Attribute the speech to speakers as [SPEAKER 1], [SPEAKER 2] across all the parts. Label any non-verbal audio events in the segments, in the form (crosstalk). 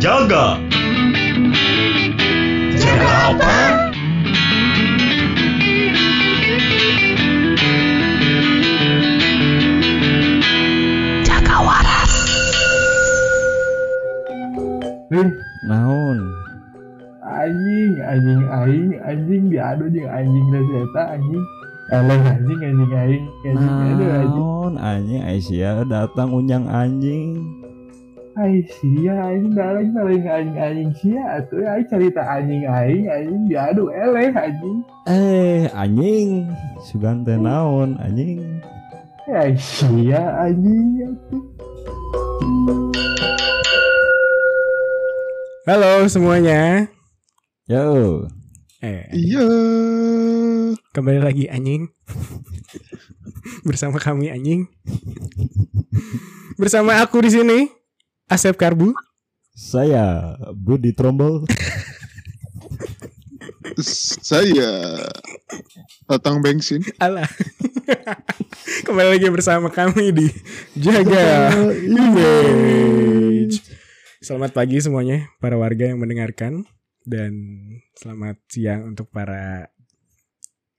[SPEAKER 1] Jaga. Jaga apa?
[SPEAKER 2] Jaga waras.
[SPEAKER 3] Nih,
[SPEAKER 4] naon
[SPEAKER 3] anjing, anjing, anjing, anjing diadu jeung anjing dan eta anjing. Eleng anjing, anjing, anjing,
[SPEAKER 4] Ya,
[SPEAKER 3] anjing, aduh
[SPEAKER 4] Nah.
[SPEAKER 3] anjing.
[SPEAKER 4] naon anjing Aisyah datang unyang anjing
[SPEAKER 3] Ai sia anjing daleng daleng anjing anjing sia atuh ai cerita anjing aing anjing diadu eleh anjing.
[SPEAKER 4] eh anjing sugan teh naon anjing
[SPEAKER 3] Ai sia anjing.
[SPEAKER 5] Halo semuanya.
[SPEAKER 4] yo
[SPEAKER 5] Eh,
[SPEAKER 6] Iya.
[SPEAKER 5] kembali lagi anjing. (laughs) Bersama kami anjing. Bersama aku di sini Asep Karbu.
[SPEAKER 4] saya Budi Trombol
[SPEAKER 6] Saya Tatang Bengsin.
[SPEAKER 5] Alah. (laughs) kembali lagi bersama kami di
[SPEAKER 4] Ya, iya.
[SPEAKER 5] Jaga Image. Selamat pagi semuanya para warga yang mendengarkan dan selamat siang untuk para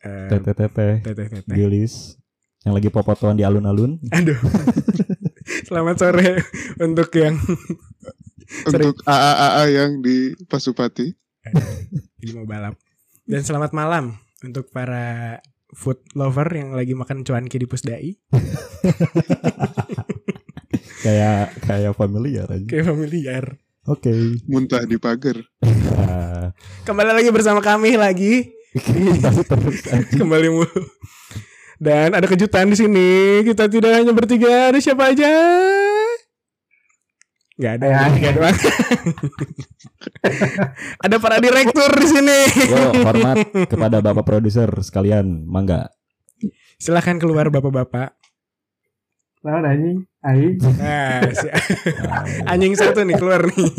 [SPEAKER 5] eh,
[SPEAKER 4] TTTT
[SPEAKER 5] teteh-teteh.
[SPEAKER 4] Gelis yang lagi popotoan di alun-alun
[SPEAKER 5] Aduh. (laughs) Selamat sore untuk yang
[SPEAKER 6] Untuk AAA yang di Pasupati.
[SPEAKER 5] ini mau balap. Dan selamat malam untuk para food lover yang lagi makan cuanki di Pusdai.
[SPEAKER 4] kayak kayak familiar aja.
[SPEAKER 5] Kayak familiar.
[SPEAKER 4] Oke.
[SPEAKER 6] Muntah di pagar.
[SPEAKER 4] Nah,
[SPEAKER 5] Kembali lagi bersama kami lagi.
[SPEAKER 4] tapi terus anjing.
[SPEAKER 5] Kembali mulu. Dan ada kejutan di sini. Kita tidak hanya bertiga, ada siapa aja? Gak ada,
[SPEAKER 3] Ya.
[SPEAKER 5] bertiga doang. ada para direktur di sini.
[SPEAKER 4] Yo, hormat (laughs) kepada Bapak produser sekalian, mangga. (laughs)
[SPEAKER 5] Silahkan keluar bapak-bapak.
[SPEAKER 3] Lawan anjing aing.
[SPEAKER 5] Nah, si anjing satu nih keluar nih.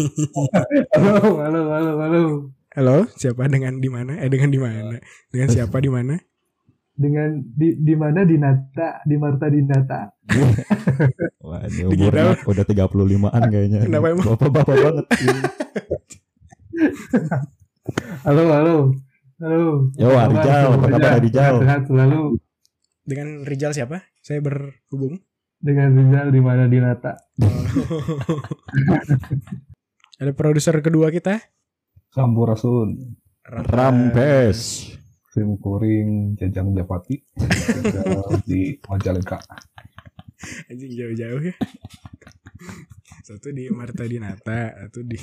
[SPEAKER 3] Halo, halo, halo, halo.
[SPEAKER 5] Halo, siapa dengan di mana? Eh dengan di mana? Dengan siapa di mana?
[SPEAKER 3] Dengan di di mana Dinata, di Marta Dinata.
[SPEAKER 4] Waduh, umurnya udah 35-an kayaknya.
[SPEAKER 5] Kenapa emang?
[SPEAKER 4] Bapak-bapak banget.
[SPEAKER 3] Halo, halo. Halo.
[SPEAKER 4] Yo,
[SPEAKER 3] Apa kabar?
[SPEAKER 4] Rijal, apa kabar Rijal?
[SPEAKER 3] Sehat selalu
[SPEAKER 5] Dengan Rijal siapa? Saya berhubung.
[SPEAKER 3] dengan Rizal di mana Dinata.
[SPEAKER 5] Ada produser kedua kita.
[SPEAKER 7] Sampurasun,
[SPEAKER 4] Rampes.
[SPEAKER 7] Sim Kuring, Jajang Japati, Jaga (laughs) di Majalengka.
[SPEAKER 5] Anjing jauh-jauh ya. Satu di Marta Dinata, satu di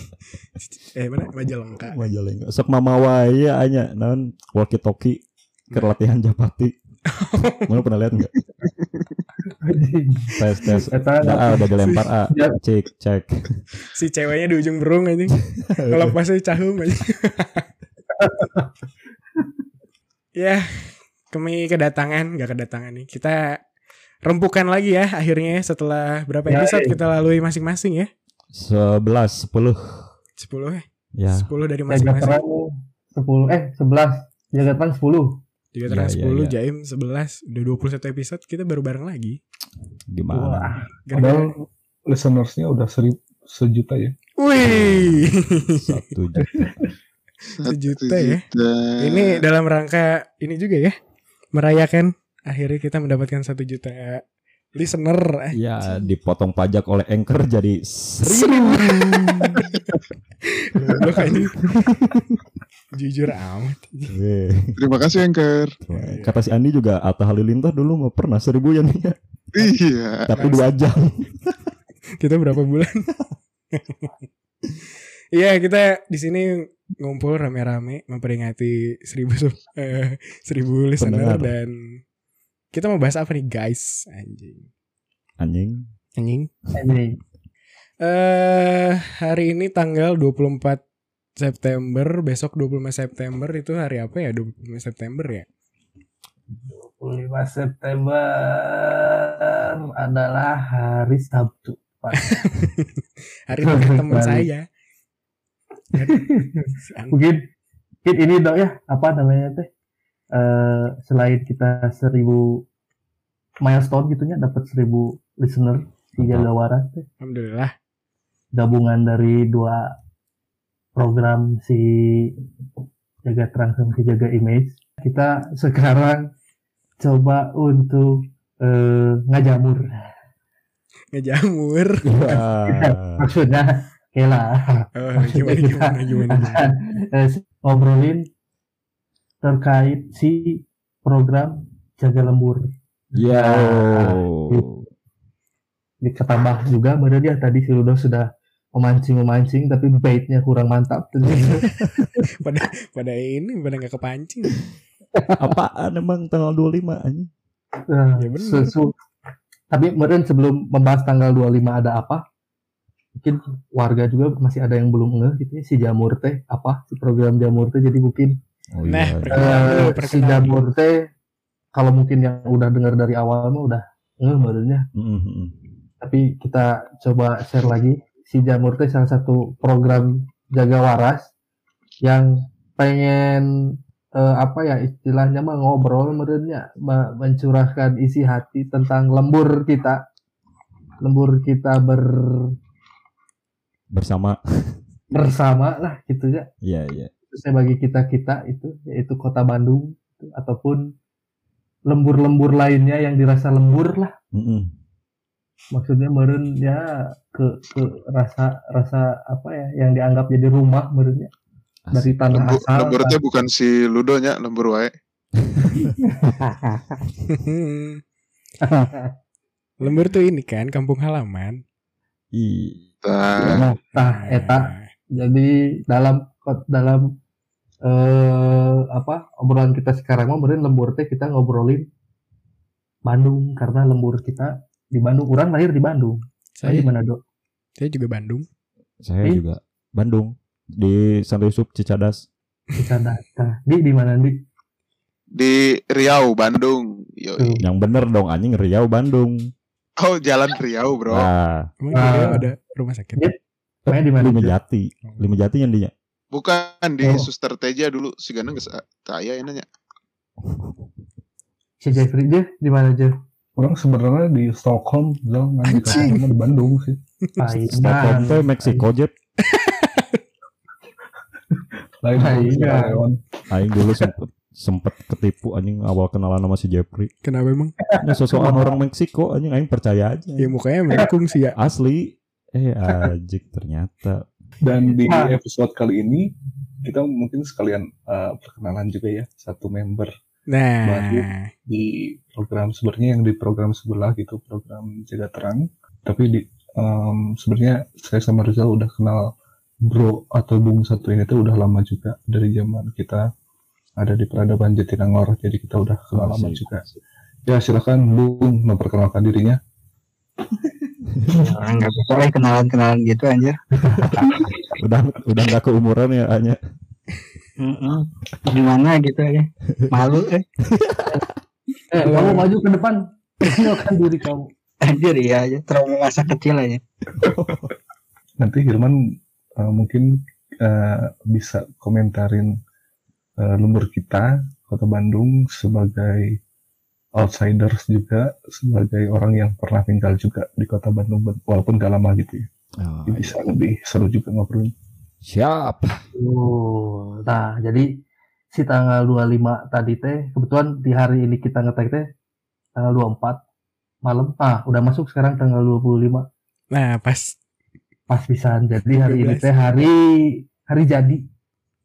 [SPEAKER 5] eh mana Majalengka.
[SPEAKER 4] Majalengka. Sok mamawa iya anya naon walkie talkie ke latihan Japati. Mana pernah lihat enggak?
[SPEAKER 3] Anjing.
[SPEAKER 4] Tes tes.
[SPEAKER 3] Eta
[SPEAKER 4] Nah, ah, udah dilempar ah.
[SPEAKER 3] Ya.
[SPEAKER 4] Cek cek.
[SPEAKER 5] Si ceweknya di ujung berung anjing. Kalau pas cahum anjing. (laughs) ya, kami kedatangan, nggak kedatangan nih. Kita rempukan lagi ya akhirnya setelah berapa
[SPEAKER 3] Ya,
[SPEAKER 5] episode kita lalui masing-masing ya.
[SPEAKER 4] 11 10.
[SPEAKER 5] 10 ya.
[SPEAKER 4] Ya.
[SPEAKER 5] 10 dari
[SPEAKER 3] Jaga
[SPEAKER 5] masing-masing.
[SPEAKER 3] terang 10 eh 11. Jaga terang 10.
[SPEAKER 5] Juga terang
[SPEAKER 4] Ya, ya,
[SPEAKER 5] 10,
[SPEAKER 4] ya.
[SPEAKER 5] Jaim 11. Udah 21 episode kita baru bareng lagi.
[SPEAKER 4] Gimana?
[SPEAKER 5] Gara-gara-
[SPEAKER 7] Padahal listenersnya udah serib, sejuta ya.
[SPEAKER 5] Wih. (laughs)
[SPEAKER 4] Satu juta.
[SPEAKER 6] Satu
[SPEAKER 5] Sejuta ya. ini dalam rangka ini juga ya. Merayakan akhirnya kita mendapatkan 1 juta listener. (laughs) Eh,
[SPEAKER 4] Ya dipotong pajak oleh anchor jadi seribu.
[SPEAKER 5] goblok anjing. Jujur amat.
[SPEAKER 4] Weh.
[SPEAKER 6] Terima kasih Anchor.
[SPEAKER 4] Kata si Andi juga Atta Halilintar dulu mah pernah seribu ya nih.
[SPEAKER 6] Iya.
[SPEAKER 4] Tapi dua jam.
[SPEAKER 5] Kita berapa bulan? (laughs) Iya, kita di sini ngumpul rame-rame memperingati seribu sub- eh, seribu
[SPEAKER 4] Pendengar.
[SPEAKER 5] listener dan kita mau bahas apa nih guys anjing
[SPEAKER 4] Anjing.
[SPEAKER 5] anjing
[SPEAKER 3] Anjing.
[SPEAKER 5] Eh hari ini tanggal 24 September, besok 25 September itu hari apa ya? 25 September ya?
[SPEAKER 3] 25 September adalah hari Sabtu. (laughs)
[SPEAKER 5] Hari nikah teman
[SPEAKER 3] Balik.
[SPEAKER 5] saya.
[SPEAKER 3] Mungkin mungkin ini dong ya, apa namanya teh? Eh selain kita 1000 milestone gitunya dapat 1000 listener di Jaga Waras teh.
[SPEAKER 5] Alhamdulillah.
[SPEAKER 3] gabungan dari dua program si jaga transformasi jaga image kita sekarang coba untuk eh, ngajamur (laughs)
[SPEAKER 5] ngejamur
[SPEAKER 4] Wah.
[SPEAKER 3] maksudnya kela (laughs)
[SPEAKER 5] Eh,
[SPEAKER 3] Maksudnya
[SPEAKER 5] gimana
[SPEAKER 3] kita
[SPEAKER 5] gimana gimana, gimana.
[SPEAKER 3] akan eh, ngobrolin terkait si program jaga lembur Iya.
[SPEAKER 4] Yo. Oh.
[SPEAKER 3] diketambah juga baru dia tadi si Ludo sudah memancing memancing tapi baitnya kurang mantap (laughs)
[SPEAKER 5] pada pada ini pada nggak kepancing
[SPEAKER 3] Oh,
[SPEAKER 4] Apaan emang tanggal 25 aja?
[SPEAKER 3] Nah,
[SPEAKER 5] Ya bener.
[SPEAKER 3] susu. Tapi kemarin sebelum membahas tanggal 25 ada apa? Mungkin warga juga masih ada yang belum ngeh gitu ya, si jamur teh apa si program jamur teh jadi mungkin
[SPEAKER 4] Oh, iya.
[SPEAKER 5] Nah, perkenalkan
[SPEAKER 3] eh,
[SPEAKER 5] dulu,
[SPEAKER 3] si
[SPEAKER 5] perkenalkan (laughs) dulu.
[SPEAKER 3] jamur teh kalau mungkin yang udah dengar dari awal mah udah ngeh barunya.
[SPEAKER 4] Mm, mm, mm.
[SPEAKER 3] Tapi kita coba share lagi si jamur teh salah satu program jaga waras yang pengen eh, apa ya istilahnya mah ngobrol merenya mencurahkan isi hati tentang lembur kita lembur kita ber-
[SPEAKER 4] Bersama.
[SPEAKER 3] bersama lah gitu ya
[SPEAKER 4] Iya, iya.
[SPEAKER 3] khususnya bagi kita kita itu yaitu kota Bandung itu, ataupun lembur-lembur lainnya yang dirasa lembur lah
[SPEAKER 4] Mm, mm.
[SPEAKER 3] maksudnya meren ya ke ke rasa rasa apa ya yang dianggap jadi rumah merennya dari tanah
[SPEAKER 6] Lembu-
[SPEAKER 3] asal
[SPEAKER 6] Lembur teh bukan si Ludonya, lembur wae.
[SPEAKER 5] Hmm. lembur tuh ini kan kampung halaman
[SPEAKER 4] I-
[SPEAKER 6] Tah,
[SPEAKER 3] (laughs) Nah, tah eta jadi dalam dalam eh apa obrolan kita sekarang mah meureun lembur teh kita ngobrolin Bandung karena lembur kita di Bandung orang lahir di Bandung saya di
[SPEAKER 5] saya
[SPEAKER 3] Manado
[SPEAKER 5] saya juga Bandung
[SPEAKER 4] Saya
[SPEAKER 3] Di?
[SPEAKER 4] juga Bandung di Santo Yusuf Cicadas.
[SPEAKER 3] di sana Nah, di di mana di
[SPEAKER 6] Di Riau, Bandung. Yoi.
[SPEAKER 4] Yang bener dong anjing Riau Bandung.
[SPEAKER 6] Oh, jalan Riau, Bro.
[SPEAKER 4] Nah,
[SPEAKER 5] emang
[SPEAKER 3] Ah.
[SPEAKER 5] juga ada rumah sakit
[SPEAKER 3] Iya. Pokoknya di mana
[SPEAKER 4] Lima Jati. Lima Jati yang dinya.
[SPEAKER 6] Bukan di
[SPEAKER 3] Oh.
[SPEAKER 6] Suster Teja dulu, sigana geus taya ya nanya.
[SPEAKER 3] si Jeffrey dia di mana aja
[SPEAKER 7] Orang sebenarnya di Stockholm, Zal, nggak di
[SPEAKER 5] Anjing.
[SPEAKER 7] Stockholm, di Bandung sih.
[SPEAKER 4] Stockholm
[SPEAKER 3] nah.
[SPEAKER 4] teh Meksiko Jep.
[SPEAKER 7] Lain
[SPEAKER 3] Nah,
[SPEAKER 7] di
[SPEAKER 3] iya.
[SPEAKER 7] Leon.
[SPEAKER 4] Aing dulu sempet sempet ketipu anjing awal kenalan sama si Jeffrey.
[SPEAKER 5] kenapa emang
[SPEAKER 4] Nah, sosokan orang Meksiko anjing aing percaya aja.
[SPEAKER 5] ya mukanya
[SPEAKER 3] (laughs)
[SPEAKER 5] melengkung sih ya
[SPEAKER 4] Asli. Eh ajik ternyata.
[SPEAKER 7] Dan di
[SPEAKER 3] Nah.
[SPEAKER 7] episode kali ini kita mungkin sekalian eh, perkenalan juga ya satu member
[SPEAKER 5] nah
[SPEAKER 7] Bandung. di program sebenarnya yang di program sebelah gitu program jaga terang tapi di em, sebenarnya saya sama Rizal udah kenal bro atau bung satu ini tuh udah lama juga dari zaman kita ada di peradaban Jatinangor jadi kita udah kenal lama
[SPEAKER 4] Asik.
[SPEAKER 7] juga ya silakan bung memperkenalkan dirinya
[SPEAKER 1] nggak bisa eh kenalan-kenalan gitu anjir
[SPEAKER 4] Udah udah nggak keumuran ya hanya.
[SPEAKER 1] Mm-mm. gimana gitu aja malu eh
[SPEAKER 3] eh kamu maju ke depan (laughs) perkenalkan diri kamu
[SPEAKER 1] anjir iya aja trauma masa kecil aja
[SPEAKER 7] nanti Hirman eh, mungkin eh, bisa komentarin eh, lumbur kita kota Bandung sebagai outsiders juga sebagai orang yang pernah tinggal juga di kota Bandung walaupun gak lama gitu ya
[SPEAKER 4] Oh,
[SPEAKER 7] Jadi bisa lebih seru juga ngobrolnya
[SPEAKER 4] Siap.
[SPEAKER 3] Oh, nah jadi si tanggal 25 tadi teh kebetulan di hari ini kita ngetek teh tanggal 24 malam. Ah, udah masuk sekarang tanggal 25
[SPEAKER 5] nah pas
[SPEAKER 3] pas pisan. Jadi hari ini
[SPEAKER 5] 12.
[SPEAKER 3] teh hari hari jadi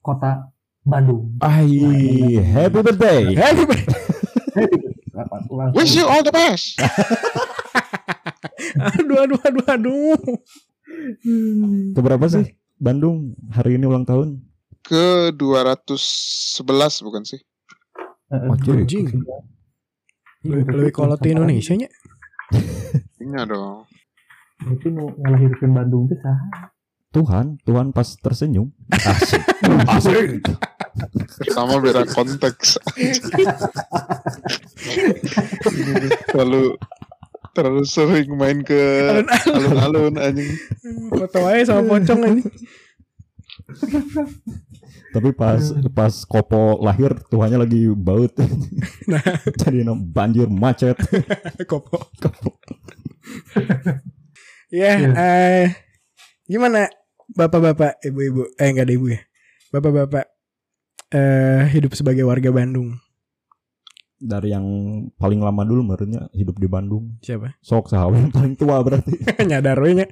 [SPEAKER 3] Kota Bandung.
[SPEAKER 4] iya. Ai, happy birthday.
[SPEAKER 5] Happy birthday. (laughs)
[SPEAKER 3] Apa, ulang
[SPEAKER 6] Wish you all the best.
[SPEAKER 5] aduh aduh aduh aduh
[SPEAKER 4] Keberapa sih Bandung hari ini ulang tahun?
[SPEAKER 6] Ke 211 bukan sih?
[SPEAKER 3] Eh, eh,
[SPEAKER 4] Wajib.
[SPEAKER 5] anjing lebih lebih kolot di Indonesia nya
[SPEAKER 6] Iya dong.
[SPEAKER 3] Itu mau ngelahirkan Bandung teh saha?
[SPEAKER 4] Tuhan, Tuhan pas tersenyum. (laughs) Asik. Asik.
[SPEAKER 6] Pertama beda konteks. Terlalu terlalu sering main ke alun-alun anjing.
[SPEAKER 5] foto aja sama pocong ini
[SPEAKER 4] Tapi pas pas Kopo lahir Tuhannya lagi baut.
[SPEAKER 5] Nah.
[SPEAKER 4] (laughs) Jadi no- banjir macet.
[SPEAKER 5] kopo
[SPEAKER 4] Kopo.
[SPEAKER 5] ya eh, gimana bapak-bapak, ibu-ibu, eh enggak ada ibu ya. Bapak-bapak eh hidup sebagai warga Bandung.
[SPEAKER 4] dari yang paling lama dulu menurutnya hidup di Bandung
[SPEAKER 5] Siapa? (laughs)
[SPEAKER 4] sok sahabat yang paling tua berarti
[SPEAKER 5] Nyadar we nya.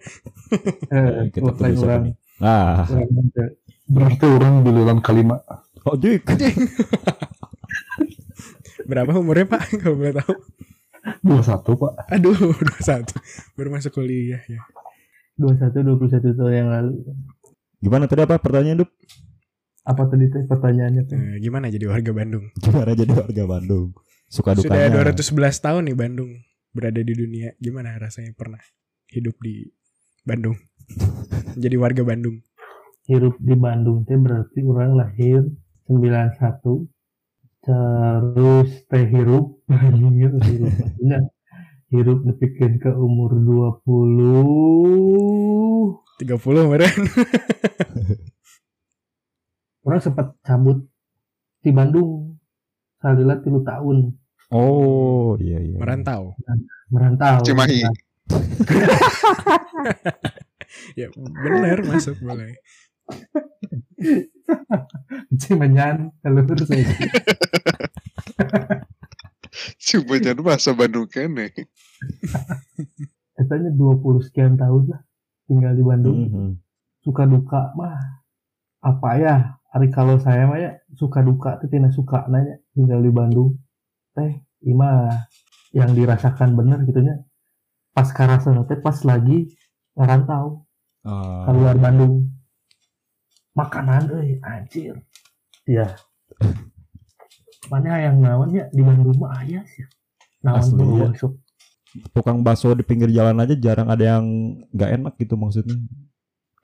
[SPEAKER 4] Nah,
[SPEAKER 7] Eh,
[SPEAKER 4] kita
[SPEAKER 7] lain
[SPEAKER 4] tulis apa
[SPEAKER 7] orang.
[SPEAKER 4] nih nah
[SPEAKER 7] Orang ada. Berarti orang di dalam kalima.
[SPEAKER 4] oh jik
[SPEAKER 5] Berapa umurnya, Pak? Kalau boleh tahu.
[SPEAKER 7] 21, Pak.
[SPEAKER 5] Aduh, 21. Baru masuk kuliah ya.
[SPEAKER 3] 21 21 tahun yang lalu.
[SPEAKER 4] gimana tadi apa pertanyaan Dup?
[SPEAKER 3] Apa tadi teh pertanyaannya tuh?
[SPEAKER 5] Eh, gimana jadi warga Bandung?
[SPEAKER 4] gimana jadi warga Bandung suka
[SPEAKER 5] Sudah
[SPEAKER 4] dukanya
[SPEAKER 5] 211 tahun nih Bandung berada di dunia. Gimana rasanya pernah hidup di Bandung? Jadi warga Bandung.
[SPEAKER 3] Hirup di Bandung teh berarti orang lahir 91 terus teh hirup (laughs) anjingnya hirup Nah, hirup dipikir ke umur 20
[SPEAKER 5] 30 kemarin.
[SPEAKER 3] orang sempat cabut di Bandung salila tilu tahun
[SPEAKER 4] oh iya iya
[SPEAKER 5] merantau.
[SPEAKER 3] merantau
[SPEAKER 6] Cimahi.
[SPEAKER 5] Ya, benar masuk boleh.
[SPEAKER 3] Cimenyan telur (laughs) saya.
[SPEAKER 6] Cuma jangan bahasa Bandung kene.
[SPEAKER 3] katanya 20 sekian tahun lah tinggal di Bandung
[SPEAKER 4] Mhm.
[SPEAKER 3] suka duka mah apa ya hari kalau saya mah ya suka duka teh tina suka nanya tinggal di Bandung teh ima yang dirasakan bener gitunya pas karasana teh pas lagi ngerantau
[SPEAKER 4] Ah,
[SPEAKER 3] keluar Bandung makanan euy anjir ya mana yang naonnya di Bandung mah aya sih naon
[SPEAKER 4] Asli,
[SPEAKER 3] bulu
[SPEAKER 4] ya.
[SPEAKER 3] masuk
[SPEAKER 4] tukang bakso di pinggir jalan aja jarang ada yang nggak enak gitu maksudnya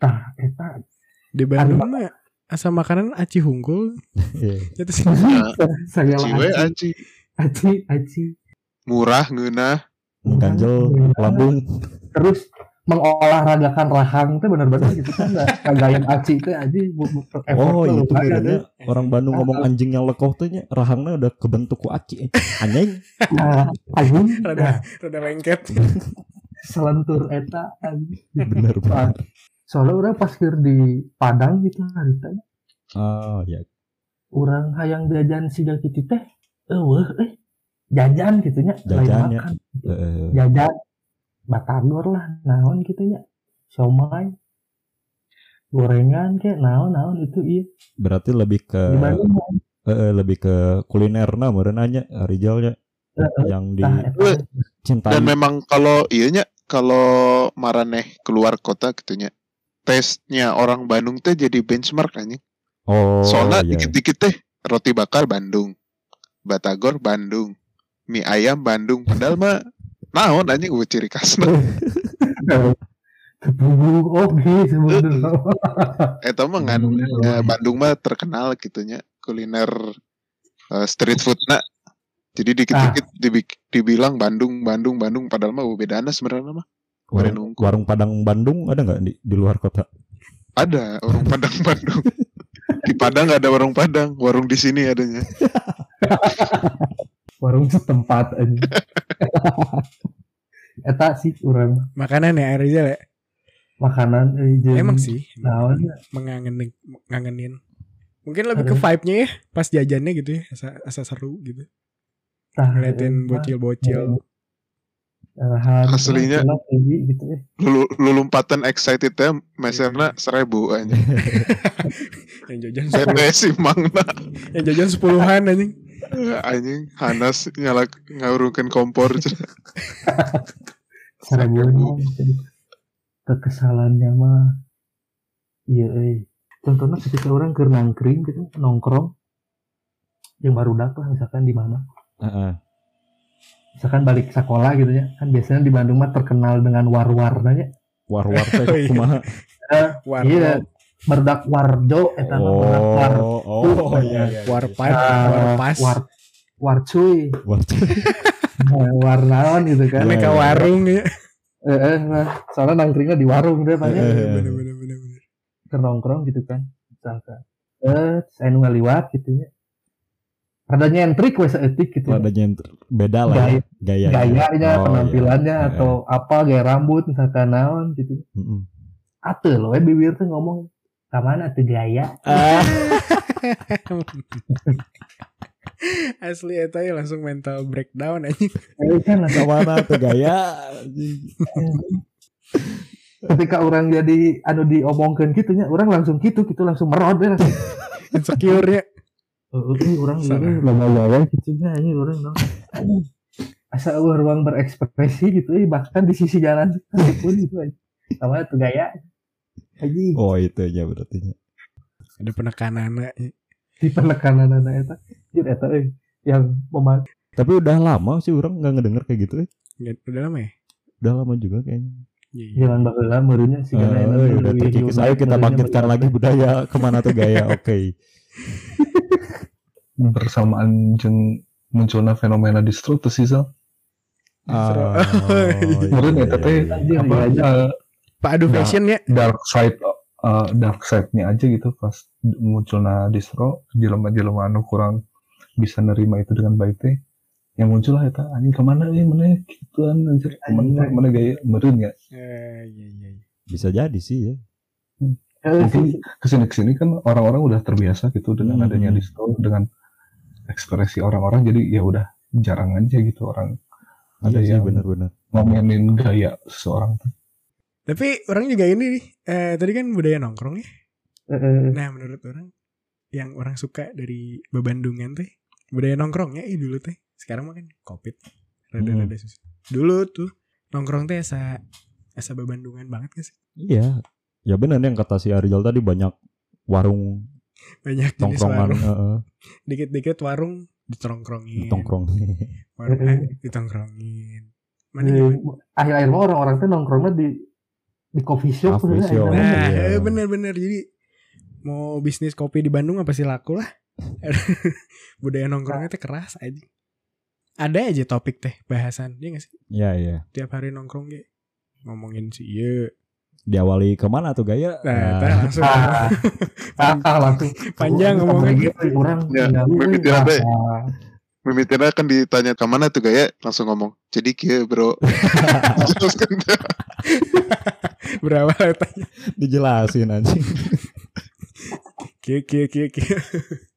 [SPEAKER 3] tah eta
[SPEAKER 5] Di Bandung mah asal makanan aci ya hunggul.
[SPEAKER 4] Iya.
[SPEAKER 5] Itu sih.
[SPEAKER 3] (laughs) saya
[SPEAKER 6] Ciwe
[SPEAKER 3] lah
[SPEAKER 6] aji.
[SPEAKER 3] aci aci
[SPEAKER 6] Murah ngeunah.
[SPEAKER 4] mengganjel lambung
[SPEAKER 3] terus mengolahragakan rahang itu benar-benar gitu kan nggak (laughs) kagayan aci itu aja bu- bu- per- effort tuh
[SPEAKER 4] oh itu
[SPEAKER 3] lumayan,
[SPEAKER 4] bedanya orang Bandung
[SPEAKER 3] Ah,
[SPEAKER 4] ngomong
[SPEAKER 3] ah.
[SPEAKER 4] anjing yang lekoh tuh nya, rahangnya udah kebentuk ku aci eh. anjing
[SPEAKER 3] tuh. nah, anjing nah,
[SPEAKER 5] Rada, rada lengket.
[SPEAKER 3] selentur eta anjing.
[SPEAKER 4] bener banget
[SPEAKER 3] soalnya orang pas keur di Padang gitu haritanya
[SPEAKER 4] oh ya
[SPEAKER 3] orang hayang jajan siga kitu teh eueuh eh jajan gitunya lain
[SPEAKER 4] Jajan, ya.
[SPEAKER 3] makan
[SPEAKER 4] eh,
[SPEAKER 3] jajan batagor lah naon gitunya siomay gorengan kayak naon-naon itu iya
[SPEAKER 4] berarti lebih ke
[SPEAKER 3] di Bandung
[SPEAKER 4] eh, eh, lebih ke kuliner nah meureun nanya Rijalnya yang
[SPEAKER 3] nah, eta.
[SPEAKER 4] dicintai
[SPEAKER 6] Dan memang kalau iya nya kalau maraneh keluar kota gitu nya. Tesnya orang Bandung teh jadi benchmark anjing.
[SPEAKER 4] oh
[SPEAKER 6] Soalnya
[SPEAKER 4] iya.
[SPEAKER 6] dikit-dikit teh roti bakar Bandung. Batagor Bandung. Mie ayam Bandung. Padahal mah naon anjing eueuh ciri khasna.
[SPEAKER 3] Tepung oke sebenarnya.
[SPEAKER 6] Eta mah ngan eh, Bandung mah terkenal gitu nya kuliner eh, street food na. Jadi dikit-dikit dibik- dibilang Bandung, Bandung, Bandung padahal mah bedana sebenarnya mah.
[SPEAKER 4] warung,
[SPEAKER 6] Warung-
[SPEAKER 4] warung Padang Bandung ada nggak di, di luar kota
[SPEAKER 6] (laughs) Ada warung Padang (laughs) Bandung. Di Padang nggak ada warung Padang, warung di sini adanya.
[SPEAKER 3] Warung setempat aja. Eta sih orang
[SPEAKER 5] Makanan ya Rizal ya.
[SPEAKER 3] makanan eh, jeung
[SPEAKER 5] Emang sih
[SPEAKER 3] naon ya.
[SPEAKER 5] mengangenin, mengangenin. Mungkin lebih ke vibe-nya ya pas jajannya gitu ya, asa, asa seru gitu.
[SPEAKER 3] Tah, eh,
[SPEAKER 5] Ngeliatin bocil-bocil.
[SPEAKER 3] eh, harus
[SPEAKER 6] Aslinya.
[SPEAKER 3] lah, jadi gitu eh.
[SPEAKER 6] Lu, lu lompatan excited ya, meserna seribu aja.
[SPEAKER 4] Eh,
[SPEAKER 5] Yang jajan
[SPEAKER 6] (laughs) Saya si mangna
[SPEAKER 5] yang jajan sepuluhan anjing.
[SPEAKER 6] anjing Hanas nyala ngawurungkeun kompor.
[SPEAKER 3] Sarabuan mah, jadi kekesalannya mah iya eh contohnya ketika orang ke nangkring gitu nongkrong yang baru lah misalkan di mana
[SPEAKER 4] Heeh.
[SPEAKER 3] misalkan balik sekolah gitu ya kan biasanya di Bandung mah terkenal dengan nah ya, war-warnanya
[SPEAKER 4] war-war teh
[SPEAKER 5] Oh, iya.
[SPEAKER 4] kumaha
[SPEAKER 3] Iya,
[SPEAKER 5] Warkop,
[SPEAKER 3] Merdak Warjo eta mah Merdak War.
[SPEAKER 4] oh oh iya iya, iya.
[SPEAKER 5] warpan,
[SPEAKER 3] Ah,
[SPEAKER 5] warpas,
[SPEAKER 3] War War cuy,
[SPEAKER 4] War-
[SPEAKER 3] Nah, war naon gitu kan.
[SPEAKER 4] Iya.
[SPEAKER 5] mereka warung ya.
[SPEAKER 3] Eh, eh, nah, soalnya nangkringnya di warung deh
[SPEAKER 4] Eh,
[SPEAKER 3] banyak
[SPEAKER 4] eh.
[SPEAKER 5] (laughs) Bener bener bener bener.
[SPEAKER 3] ke nongkrong gitu kan. Misalkan. Eh, saya nu ngaliwat gitu nya. Rada nyentrik wes etik gitu.
[SPEAKER 4] Rada nyentrik. beda lah ya. gaya
[SPEAKER 3] Gayanya,
[SPEAKER 4] Oh,
[SPEAKER 3] penampilannya
[SPEAKER 4] iya.
[SPEAKER 3] atau apa gaya rambut misalkan naon gitu.
[SPEAKER 4] Mm-mm.
[SPEAKER 3] atuh loh eh bibir tuh ngomong kamana tuh gaya
[SPEAKER 5] Asli eta ya langsung mental breakdown aja.
[SPEAKER 3] Eh, kan lah.
[SPEAKER 4] Kemana tuh gaya?
[SPEAKER 3] ketika orang jadi anu diomongkan gitu nya orang langsung gitu gitu langsung merot deh langsung
[SPEAKER 5] (laughs) Insecure-nya.
[SPEAKER 3] "Oh, ini orang
[SPEAKER 5] Salah.
[SPEAKER 3] ini laba-laba gitu nya ini orang dong Aduh. asal eueuh ruang berekspresi gitu eh, bahkan di sisi jalan (laughs) pun gitu aja sama tuh gaya Aji,
[SPEAKER 4] Oh itu ya berarti.
[SPEAKER 5] Ada penekanan ya.
[SPEAKER 3] di penekanan anak eta jir eta euy yang mema-
[SPEAKER 4] Tapi udah lama sih orang nggak ngedenger kayak gitu. eh.
[SPEAKER 5] udah lama ya?
[SPEAKER 4] Udah lama juga kayaknya.
[SPEAKER 5] Iya, iya.
[SPEAKER 3] jalan baheula meureunnya
[SPEAKER 4] Eh,
[SPEAKER 3] sigana enak
[SPEAKER 4] eh, udah terkikis. Ayo kita bangkitkan lagi budaya kemana tuh (laughs) gaya. Oke.
[SPEAKER 7] bersamaan jeung munculna fenomena distro tuh sih Zal.
[SPEAKER 4] (laughs)
[SPEAKER 5] Eh,
[SPEAKER 4] Ah, iya,
[SPEAKER 7] Meureun
[SPEAKER 4] iya,
[SPEAKER 7] eta teh
[SPEAKER 4] iya, iya.
[SPEAKER 3] iya,
[SPEAKER 7] ya, apa,
[SPEAKER 3] iya.
[SPEAKER 7] eh,
[SPEAKER 5] Pak Adu
[SPEAKER 7] Nah.
[SPEAKER 5] Fashion ya?
[SPEAKER 7] dark side eh, dark side-nya aja gitu pas munculna distro jelema-jelema anu kurang bisa nerima itu dengan baik teh yang muncul lah eta anjing kemana ini mana ya?" gituan anjir kemana mana gaya meureun ya
[SPEAKER 5] Eh, iya, iya, iya.
[SPEAKER 4] Bisa jadi sih ya.
[SPEAKER 7] mungkin kesini kesini kan orang-orang udah terbiasa gitu dengan
[SPEAKER 4] Hmm.
[SPEAKER 7] adanya distro dengan ekspresi orang-orang jadi ya udah jarang aja gitu orang Ada
[SPEAKER 4] iya sih
[SPEAKER 7] yang-
[SPEAKER 4] benar-benar.
[SPEAKER 7] ngomongin gaya seseorang tuh.
[SPEAKER 5] Tapi orang juga ini nih. Eh, tadi kan budaya nongkrong ya.
[SPEAKER 3] Heeh.
[SPEAKER 5] Nah, menurut orang yang orang suka dari Babandungan teh budaya nongkrongnya ih dulu teh. Sekarang makan Covid. Rada-rada susah. Dulu tuh nongkrong teh asa asa Babandungan banget gak sih?
[SPEAKER 4] Iya. Ya benar yang kata si Arijal tadi banyak warung
[SPEAKER 5] Banyak jenis
[SPEAKER 4] tongkrongan
[SPEAKER 5] warung.
[SPEAKER 4] heeh,
[SPEAKER 5] Dikit-dikit warung ditongkrongin.
[SPEAKER 4] tongkrong. (laughs)
[SPEAKER 5] Warung
[SPEAKER 3] Heeh.
[SPEAKER 5] eh, ditongkrongin. Mana
[SPEAKER 3] Eh,
[SPEAKER 5] gimana?
[SPEAKER 3] akhir-akhir mah orang-orang tuh nongkrongnya di di coffee shop
[SPEAKER 4] Coffee
[SPEAKER 3] sebenarnya,
[SPEAKER 4] shop.
[SPEAKER 3] akhirnya.
[SPEAKER 5] Nah,
[SPEAKER 4] iya.
[SPEAKER 5] eh, bener-bener jadi mau bisnis kopi di Bandung apa sih laku lah. (laughs) Budaya nongkrongnya teh keras aja. Ada aja topik teh bahasan, ya gak sih?
[SPEAKER 4] Iya iya.
[SPEAKER 5] Tiap hari nongkrong ge ngomongin si ieu.
[SPEAKER 4] Diawali kemana tuh gaya?
[SPEAKER 5] Nah, teh
[SPEAKER 4] Nah,
[SPEAKER 5] langsung
[SPEAKER 3] Ah, ah, langsung
[SPEAKER 5] panjang
[SPEAKER 3] Orang
[SPEAKER 5] ngomongnya.
[SPEAKER 3] gitu, orang
[SPEAKER 6] Ya,
[SPEAKER 3] tinggal
[SPEAKER 6] mungkin
[SPEAKER 3] gue,
[SPEAKER 6] tidak ada ya.
[SPEAKER 3] ah,
[SPEAKER 6] Mimitina kan ditanya ke mana tuh gaya langsung ngomong. Jadi kia (laughs) bro. Terus kan dia,
[SPEAKER 5] Berawal tanya
[SPEAKER 4] (laughs) dijelasin
[SPEAKER 5] (laughs)
[SPEAKER 4] anjing.
[SPEAKER 5] kieu kieu kieu kieu. (laughs)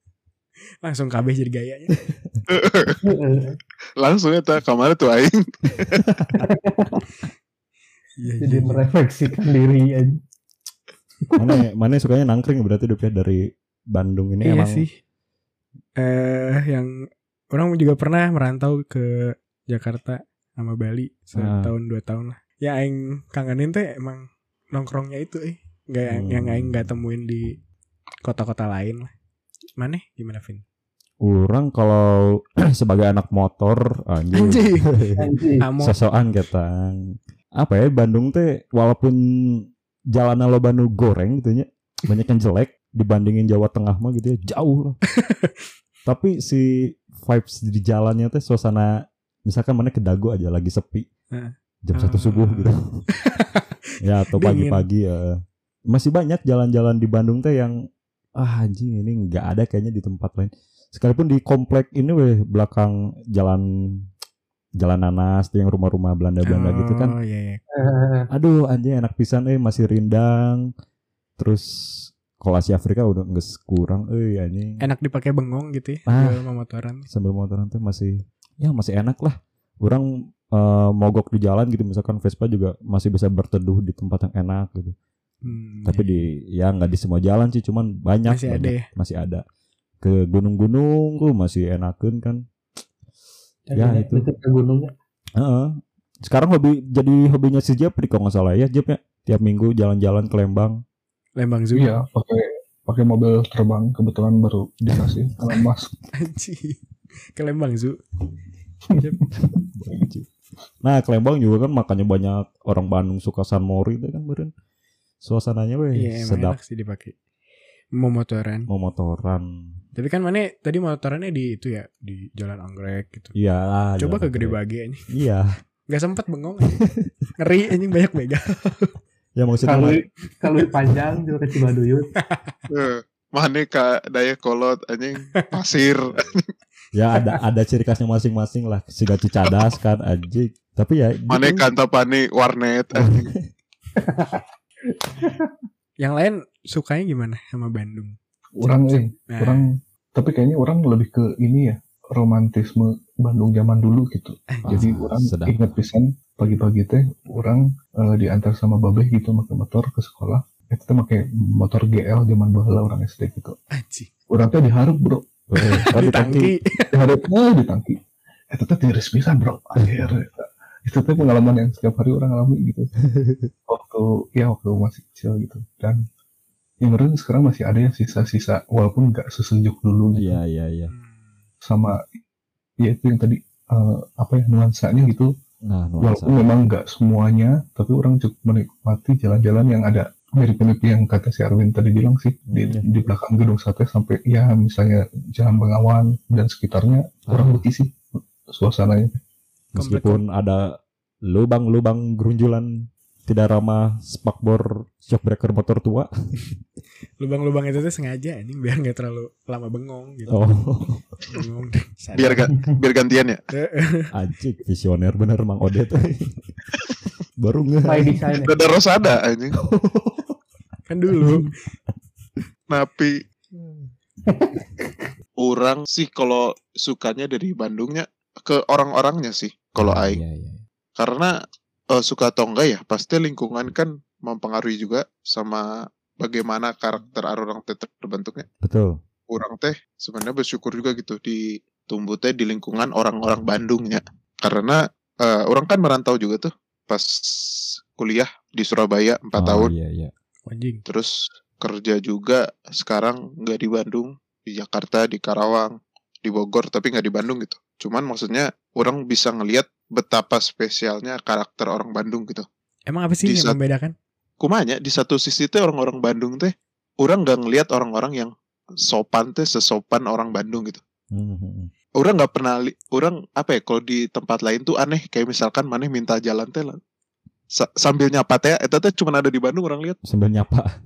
[SPEAKER 5] Langsung kabeh jadi ya. gayanya.
[SPEAKER 3] eh,
[SPEAKER 6] langsung eta ke mana tuh aing.
[SPEAKER 5] Iya,
[SPEAKER 3] jadi
[SPEAKER 5] iya, iya.
[SPEAKER 3] merefleksikan diri aja
[SPEAKER 4] mana mana sukanya nangkring berarti Dep, ya, dari Bandung ini
[SPEAKER 5] Iya
[SPEAKER 4] emang
[SPEAKER 5] sih. Eh yang orang juga pernah merantau ke Jakarta sama Bali
[SPEAKER 4] Ah.
[SPEAKER 5] setahun dua tahun lah. Ya aing kangenin teh emang nongkrongnya itu eh nggak yang-
[SPEAKER 4] Hmm.
[SPEAKER 5] yang aing nggak temuin di kota-kota lain lah. Mana gimana Vin?
[SPEAKER 4] orang kalau (clears throat) sebagai anak motor anjing.
[SPEAKER 5] Anjing. Amo
[SPEAKER 4] Sosokan kita. Apa ya Bandung teh walaupun jalanan lo Bandung goreng gitu nya, banyak yang jelek dibandingin Jawa Tengah mah gitu ya
[SPEAKER 5] (laughs)
[SPEAKER 4] jauh lah. Tapi si vibes di jalannya teh suasana misalkan mana ke Dago aja lagi sepi.
[SPEAKER 5] Heeh.
[SPEAKER 4] Jam satu
[SPEAKER 5] Ah.
[SPEAKER 4] subuh
[SPEAKER 5] (laughs)
[SPEAKER 4] gitu. ya atau
[SPEAKER 5] Dingin.
[SPEAKER 4] pagi-pagi ya. Masih banyak jalan-jalan di Bandung teh yang ah anjing ini nggak ada kayaknya di tempat lain. Sekalipun di komplek ini weh belakang jalan jalan nanas tuh yang rumah-rumah Belanda-Belanda gitu kan.
[SPEAKER 5] Oh iya iya.
[SPEAKER 3] Eh,
[SPEAKER 4] Aduh anjing enak pisan eh masih rindang. Terus kalau Asia Afrika udah nggak kurang eh anjing.
[SPEAKER 5] Enak dipakai bengong gitu ya
[SPEAKER 4] Ah.
[SPEAKER 5] jual sama motoran.
[SPEAKER 4] Sambil motoran tuh masih ya masih enak lah. Orang eh, mogok di jalan gitu misalkan Vespa juga masih bisa berteduh di tempat yang enak gitu.
[SPEAKER 5] Hmm,
[SPEAKER 4] Tapi di ya nggak di semua jalan sih cuman banyak
[SPEAKER 5] Masih ada
[SPEAKER 4] banyak,
[SPEAKER 5] ya?
[SPEAKER 4] masih ada. Ke gunung-gunung tuh masih enakeun kan. Ya,
[SPEAKER 3] jadi
[SPEAKER 4] itu.
[SPEAKER 3] deket ke gunungnya
[SPEAKER 4] Heeh. Sekarang hobi jadi hobinya si Jep di kalau nggak salah ya Jep ya tiap minggu jalan-jalan ke Lembang.
[SPEAKER 5] Lembang Zoo.
[SPEAKER 7] Iya, pakai pakai mobil terbang kebetulan baru dikasih kalau masuk.
[SPEAKER 5] (laughs) Anjing. Ke Lembang Zoo.
[SPEAKER 4] Iya, Nah ke Lembang juga kan makanya banyak orang Bandung suka San Mori itu kan beren. Suasananya weh
[SPEAKER 5] (laughs) Iya emang
[SPEAKER 4] sedap
[SPEAKER 5] enak sih dipakai. Mau motoran.
[SPEAKER 4] mau motoran.
[SPEAKER 5] Tapi kan mana tadi motorannya di itu ya di Jalan Anggrek gitu.
[SPEAKER 4] Iya. ah,
[SPEAKER 5] Coba
[SPEAKER 4] jalan
[SPEAKER 5] ke Gede
[SPEAKER 4] kaki.
[SPEAKER 5] Bage anjing.
[SPEAKER 4] Iya.
[SPEAKER 5] Gak sempet bengong. (laughs) anjing. Ngeri anjing banyak mega.
[SPEAKER 4] Ya maksudnya
[SPEAKER 3] kalau kalau panjang juga ke Cibaduyut
[SPEAKER 6] Eh, Mana ka daya kolot anjing pasir.
[SPEAKER 4] ya ada ada ciri khasnya masing-masing lah. Si gaci cadas kan anjing. Tapi ya gitu.
[SPEAKER 6] Mana ka antapani warnet. anjing.
[SPEAKER 5] Yang lain sukanya gimana sama Bandung?
[SPEAKER 7] Orang eh,
[SPEAKER 5] Nah,
[SPEAKER 7] orang tapi kayaknya orang lebih ke ini ya romantisme Bandung zaman dulu gitu. Jadi
[SPEAKER 4] Ah,
[SPEAKER 7] orang
[SPEAKER 4] sedap.
[SPEAKER 7] ingat pisan pagi-pagi teh orang eh, diantar sama babeh gitu pakai motor ke sekolah. Itu teh pakai motor GL zaman baheula orang SD gitu.
[SPEAKER 5] anjing.
[SPEAKER 7] Orang teh diharap bro.
[SPEAKER 4] Oh,
[SPEAKER 5] Di
[SPEAKER 7] (laughs) Diharap
[SPEAKER 5] tangki.
[SPEAKER 7] diharapnya di tangki. Itu teh tiris pisan bro. Akhir. Itu teh pengalaman yang setiap hari orang alami gitu. Waktu ya waktu masih kecil gitu dan yang keren sekarang masih ada yang sisa-sisa walaupun nggak sesejuk dulu gitu
[SPEAKER 4] Iya iya iya.
[SPEAKER 5] Hmm.
[SPEAKER 7] sama ya itu yang tadi eh, apa ya nuansanya gitu
[SPEAKER 4] Nah, nuansa.
[SPEAKER 7] walaupun memang nggak semuanya tapi orang cukup menikmati jalan-jalan yang ada mirip-mirip yang kata si Arwin tadi bilang sih di,
[SPEAKER 4] Iya.
[SPEAKER 7] di belakang gedung sate sampai ya misalnya Jalan Bengawan dan sekitarnya
[SPEAKER 4] Ah.
[SPEAKER 7] orang beki sih
[SPEAKER 4] (laughs)
[SPEAKER 7] suasananya
[SPEAKER 4] Meskipun ada lubang-lubang gerunjulan tidak ramah spakbor shockbreaker motor tua.
[SPEAKER 5] Lubang-lubang itu tuh sengaja anjing biar nggak terlalu lama bengong gitu.
[SPEAKER 4] Oh, (laughs)
[SPEAKER 5] Bengong.
[SPEAKER 6] biar ga- biar gantian ya
[SPEAKER 4] anjing visioner bener Mang Odet. Baru
[SPEAKER 3] By
[SPEAKER 4] nggak
[SPEAKER 3] design.
[SPEAKER 6] ada rosada anjing
[SPEAKER 5] (laughs) kan
[SPEAKER 4] (laughs)
[SPEAKER 5] dulu.
[SPEAKER 6] napi orang sih kalau sukanya dari Bandungnya ke orang-orangnya sih kalau aing
[SPEAKER 4] Iya iya.
[SPEAKER 6] karena eh, suka atau enggak ya pasti lingkungan kan mempengaruhi juga sama bagaimana karakter orang teh terbentuknya
[SPEAKER 4] Betul.
[SPEAKER 6] orang teh sebenarnya bersyukur juga gitu ditumbuh teh di lingkungan orang-orang Bandungnya karena eh, orang kan merantau juga tuh pas kuliah di Surabaya empat
[SPEAKER 4] Ah,
[SPEAKER 6] tahun
[SPEAKER 4] Iya iya.
[SPEAKER 5] Anjing.
[SPEAKER 6] terus kerja juga sekarang nggak di Bandung di Jakarta di Karawang di Bogor tapi nggak di Bandung gitu cuman maksudnya orang bisa ngelihat betapa spesialnya karakter orang Bandung gitu
[SPEAKER 5] Emang apa sih
[SPEAKER 6] Di
[SPEAKER 5] yang
[SPEAKER 6] saat-
[SPEAKER 5] membedakan?
[SPEAKER 6] kumanya di satu sisi teh orang-orang Bandung teh orang nggak ngelihat orang-orang yang sopan teh sesopan orang Bandung gitu
[SPEAKER 4] Mhm.
[SPEAKER 6] orang nggak pernah li- orang apa ya kalau di tempat lain tuh aneh kayak misalkan maneh minta jalan teh lah. Sa- sambil nyapa teh eta teh cuma ada di Bandung orang lihat
[SPEAKER 4] Sambil nyapa.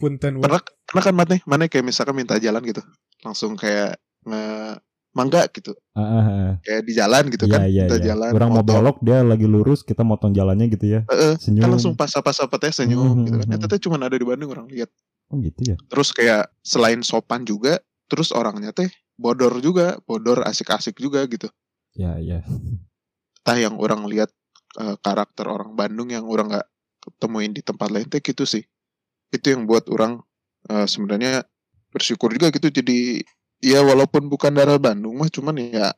[SPEAKER 5] Punten weh.
[SPEAKER 6] pernah pernah kan maneh maneh kayak misalkan minta jalan gitu langsung kayak nge mangga gitu
[SPEAKER 4] Ah, ah, ah.
[SPEAKER 6] kayak di jalan gitu
[SPEAKER 4] Iya
[SPEAKER 6] kan
[SPEAKER 4] iya
[SPEAKER 6] minta
[SPEAKER 4] iya.
[SPEAKER 6] jalan
[SPEAKER 4] Orang mau
[SPEAKER 6] motor.
[SPEAKER 4] belok dia lagi lurus kita motong jalannya gitu ya.
[SPEAKER 6] Heeh,
[SPEAKER 4] Senyum.
[SPEAKER 6] kan langsung pas-pas apa teh senyum
[SPEAKER 4] Mhm,
[SPEAKER 6] gitu kan
[SPEAKER 4] mhm.
[SPEAKER 6] eta teh cuma ada di Bandung orang lihat
[SPEAKER 4] Oh gitu ya.
[SPEAKER 6] terus kayak selain sopan juga terus orangnya teh bodor juga bodor asik-asik juga gitu
[SPEAKER 4] Ya ya.
[SPEAKER 6] tah yang orang lihat eh, karakter orang Bandung yang orang nggak ketemuin di tempat lain teh gitu sih itu yang buat orang eh, sebenarnya bersyukur juga gitu jadi ya walaupun bukan darah Bandung mah cuman ya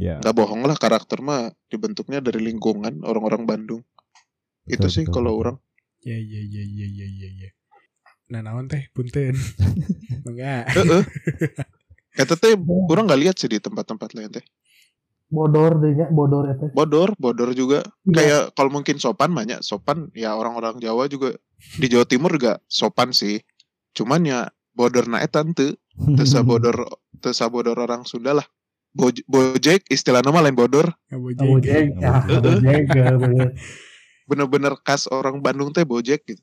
[SPEAKER 4] Ya.
[SPEAKER 6] nggak bohong lah karakter mah dibentuknya dari lingkungan orang-orang Bandung itu
[SPEAKER 4] Betul,
[SPEAKER 6] sih
[SPEAKER 4] betul,
[SPEAKER 6] kalau
[SPEAKER 4] betul.
[SPEAKER 6] orang
[SPEAKER 5] Ya ya ya ya ya ya ya. Nah naon teh punten. Enggak.
[SPEAKER 4] (laughs)
[SPEAKER 6] heeh Eta teh orang nggak lihat sih di tempat-tempat lain teh
[SPEAKER 3] Bodor deh, bodor ya teh.
[SPEAKER 6] bodor bodor juga
[SPEAKER 3] Iya.
[SPEAKER 6] kayak kalau mungkin sopan banyak sopan ya orang-orang Jawa juga di Jawa Timur juga sopan sih cuman ya bodor na eta teu teu
[SPEAKER 7] Hmm.
[SPEAKER 6] sabodor teu sabodor orang Sunda lah Boj- bojek istilah nama lain bodor
[SPEAKER 5] Ngabojek.
[SPEAKER 3] Abojeng, ya, abojeng, abojeng.
[SPEAKER 6] bener-bener khas orang Bandung teh bojek gitu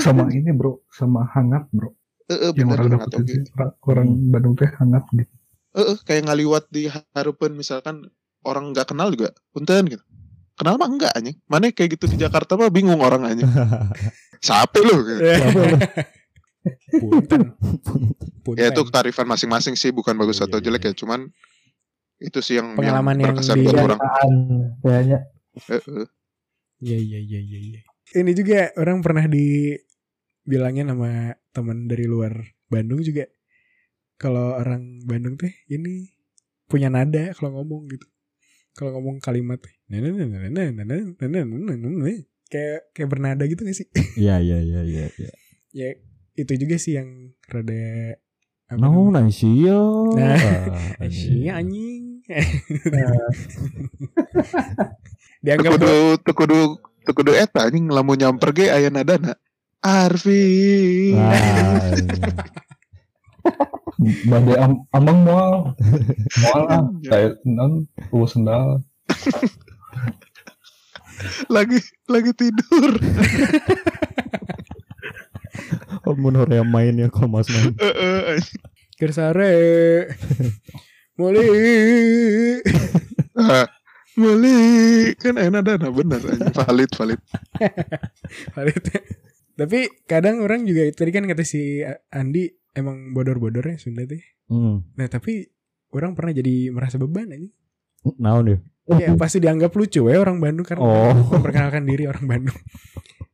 [SPEAKER 7] sama ini bro sama hangat bro
[SPEAKER 6] eh
[SPEAKER 7] yang
[SPEAKER 6] bener
[SPEAKER 7] orang
[SPEAKER 6] bener atau
[SPEAKER 7] dapetin sih, orang-
[SPEAKER 4] gitu.
[SPEAKER 7] orang
[SPEAKER 4] Hmm.
[SPEAKER 7] Bandung teh hangat gitu
[SPEAKER 6] eh kayak ngaliwat di harupan misalkan orang nggak kenal juga punten gitu kenal mah enggak anjing mana kayak gitu di Jakarta mah bingung orang anjing
[SPEAKER 7] (laughs)
[SPEAKER 6] siapa lu gitu.
[SPEAKER 5] (laughs) Punten. Punten.
[SPEAKER 6] ya itu kearifan masing-masing sih bukan bagus
[SPEAKER 4] Iya,
[SPEAKER 6] atau
[SPEAKER 4] iya,
[SPEAKER 6] jelek ya cuman itu sih yang
[SPEAKER 5] Pengalaman yang
[SPEAKER 6] berkesan
[SPEAKER 5] di-
[SPEAKER 6] buat orang
[SPEAKER 3] Kebiasaan, kayaknya.
[SPEAKER 6] Eh, eh.
[SPEAKER 5] Iya iya iya iya. iya. Ini juga orang pernah dibilangin sama teman dari luar Bandung juga. Kalau orang Bandung teh ini punya nada kalau ngomong gitu. Kalau ngomong kalimat teh, "Nah, nah, nah, nah, nah, nah, nah, nah, nah, nah, nah." kayak kayak bernada gitu gak sih?
[SPEAKER 4] (laughs) Iya iya iya iya. iya.
[SPEAKER 5] ya itu juga sih yang rada apa
[SPEAKER 4] No,
[SPEAKER 5] namanya?
[SPEAKER 4] nice yo.
[SPEAKER 5] (laughs) Nah,
[SPEAKER 4] Ah, anjing.
[SPEAKER 5] Iya anjing.
[SPEAKER 3] Nah,
[SPEAKER 5] Dianggap
[SPEAKER 6] tekudu tekudu tekudu eta eh, anjing lamun nyamper ge aya nadana Arfi
[SPEAKER 4] Ah, iya.
[SPEAKER 7] badai am- amang
[SPEAKER 4] (laughs)
[SPEAKER 7] moal moal ah
[SPEAKER 4] Iya.
[SPEAKER 7] kayak non tuh sendal
[SPEAKER 6] lagi lagi tidur
[SPEAKER 4] Mun hoream main ya kalau Mas main.
[SPEAKER 6] Eh, eh, anjing.
[SPEAKER 5] kersare. Mulai.
[SPEAKER 6] Ah, Meli kan aya nadana bener anjing valid valid
[SPEAKER 5] Valid. Tapi kadang orang juga tadi kan kata si Andi emang bodor-bodor ya Sunda tuh. ya.
[SPEAKER 4] Hmm.
[SPEAKER 5] Nah tapi orang pernah jadi merasa beban aja.
[SPEAKER 4] Naon ya?
[SPEAKER 5] Ya pasti dianggap lucu ya orang Bandung karena
[SPEAKER 4] Oh.
[SPEAKER 5] memperkenalkan diri orang Bandung.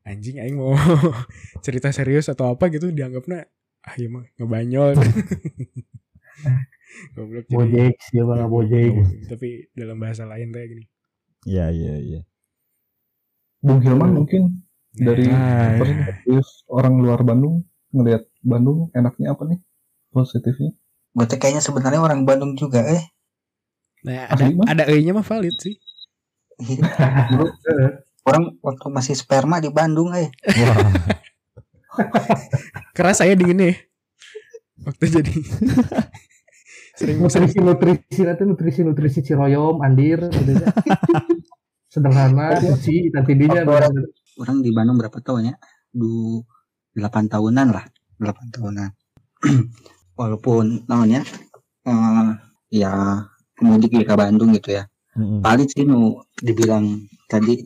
[SPEAKER 5] Anjing aing mau (laughs) cerita serius atau apa gitu dianggapnya ah iya mah ngebanyol. (laughs) Goblok jadi-
[SPEAKER 3] Bojek siapa nggak bojek?
[SPEAKER 5] Tapi dalam bahasa lain kayak gini.
[SPEAKER 4] Iya iya iya.
[SPEAKER 7] Bung Hilman mungkin dari
[SPEAKER 4] Nah, iya.
[SPEAKER 7] perspektif orang luar Bandung ngelihat Bandung enaknya apa nih positifnya?
[SPEAKER 1] Gue tuh kayaknya sebenarnya orang Bandung juga eh.
[SPEAKER 5] Nah, ada
[SPEAKER 7] Ahli mah?
[SPEAKER 5] ada e-nya mah valid sih.
[SPEAKER 1] Iya. orang waktu masih sperma di Bandung eh.
[SPEAKER 4] Wah.
[SPEAKER 7] (laughs)
[SPEAKER 5] Keras saya dingin ya. Waktu jadi sering sering
[SPEAKER 3] Nutrisi nutrisi nanti nutrisi nutrisi ciroyom andir. gitu ya. Sederhana sih nanti dinya
[SPEAKER 1] Apa? Orang di Bandung berapa tahun ya? Du 8 tahunan lah, 8 tahunan. (clears throat) Walaupun namanya eh ya mudik ya ke Bandung gitu ya.
[SPEAKER 4] Mm-mm.
[SPEAKER 1] Paling sih nu dibilang tadi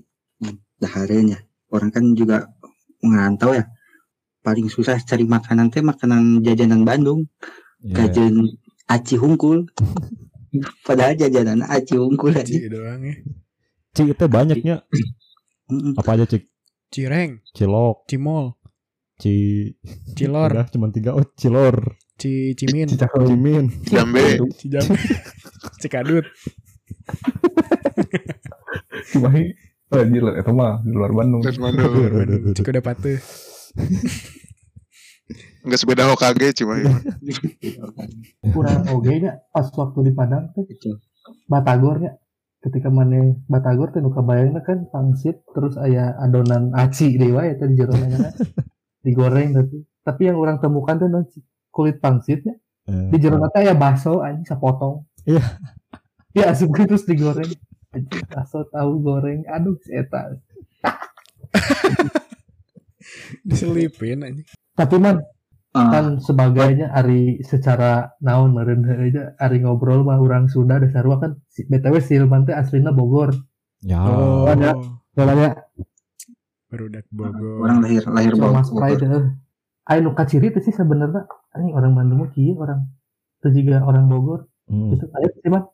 [SPEAKER 1] daharinya. Orang kan juga ngerantau ya. Paling susah cari makanan teh makanan jajanan Bandung,
[SPEAKER 4] Iya.
[SPEAKER 1] jajan aci hungkul. (laughs) Padahal jajanan aci hungkul aja.
[SPEAKER 5] (laughs)
[SPEAKER 4] Iya.
[SPEAKER 5] Ci doang ya.
[SPEAKER 4] Cik itu banyaknya
[SPEAKER 1] Mm-mm.
[SPEAKER 4] apa aja cik?
[SPEAKER 5] Cireng,
[SPEAKER 4] Cilok,
[SPEAKER 5] Cimol,
[SPEAKER 4] ci
[SPEAKER 5] Cilor,
[SPEAKER 4] Udah cuma tiga oh cilor,
[SPEAKER 5] Ci Cimin,
[SPEAKER 7] Cicakal
[SPEAKER 4] cimin.
[SPEAKER 6] Jambe,
[SPEAKER 5] Cijambe, (laughs) Cikadut.
[SPEAKER 7] Cimahi. Eh, di luar itu mah di luar Bandung.
[SPEAKER 6] terus Bandung.
[SPEAKER 4] Aduh, aduh, aduh.
[SPEAKER 5] Cikuda Pate.
[SPEAKER 6] Enggak sebeda Hokage cuma ya.
[SPEAKER 3] kurang oge nya pas waktu di Padang teh
[SPEAKER 1] Betul.
[SPEAKER 3] Batagornya ya. ketika mana Batagor teh nu kabayangna kan pangsit terus aya adonan aci deui wae teh di jero na nya. digoreng tapi tapi yang orang temukan teh non kulit pangsitnya
[SPEAKER 4] Eh,
[SPEAKER 3] di jero na teh aya baso anjing sapotong
[SPEAKER 4] Iya.
[SPEAKER 3] (laughs) ya asup gitu, terus digoreng Anjing, baso tahu goreng aduh si eta
[SPEAKER 5] Diselipin aja.
[SPEAKER 3] tapi man
[SPEAKER 1] Ah,
[SPEAKER 3] kan sebagainya ari secara naon meureun heuh aja ari ngobrol mah orang Sunda da sarua kan si- BTW si Hilman teh aslina Bogor
[SPEAKER 4] Ya.
[SPEAKER 5] Oh,
[SPEAKER 3] ada. Lalanya
[SPEAKER 5] Berudak Bogor.
[SPEAKER 1] orang lahir lahir
[SPEAKER 3] cuma Iya,
[SPEAKER 1] bawah
[SPEAKER 3] Mas Pride heuh. Aya nu kaciri teh sih sebenarnya anjing orang Bandung mah kieu orang teu juga orang Bogor
[SPEAKER 4] Hmm.
[SPEAKER 3] gitu aya sih mah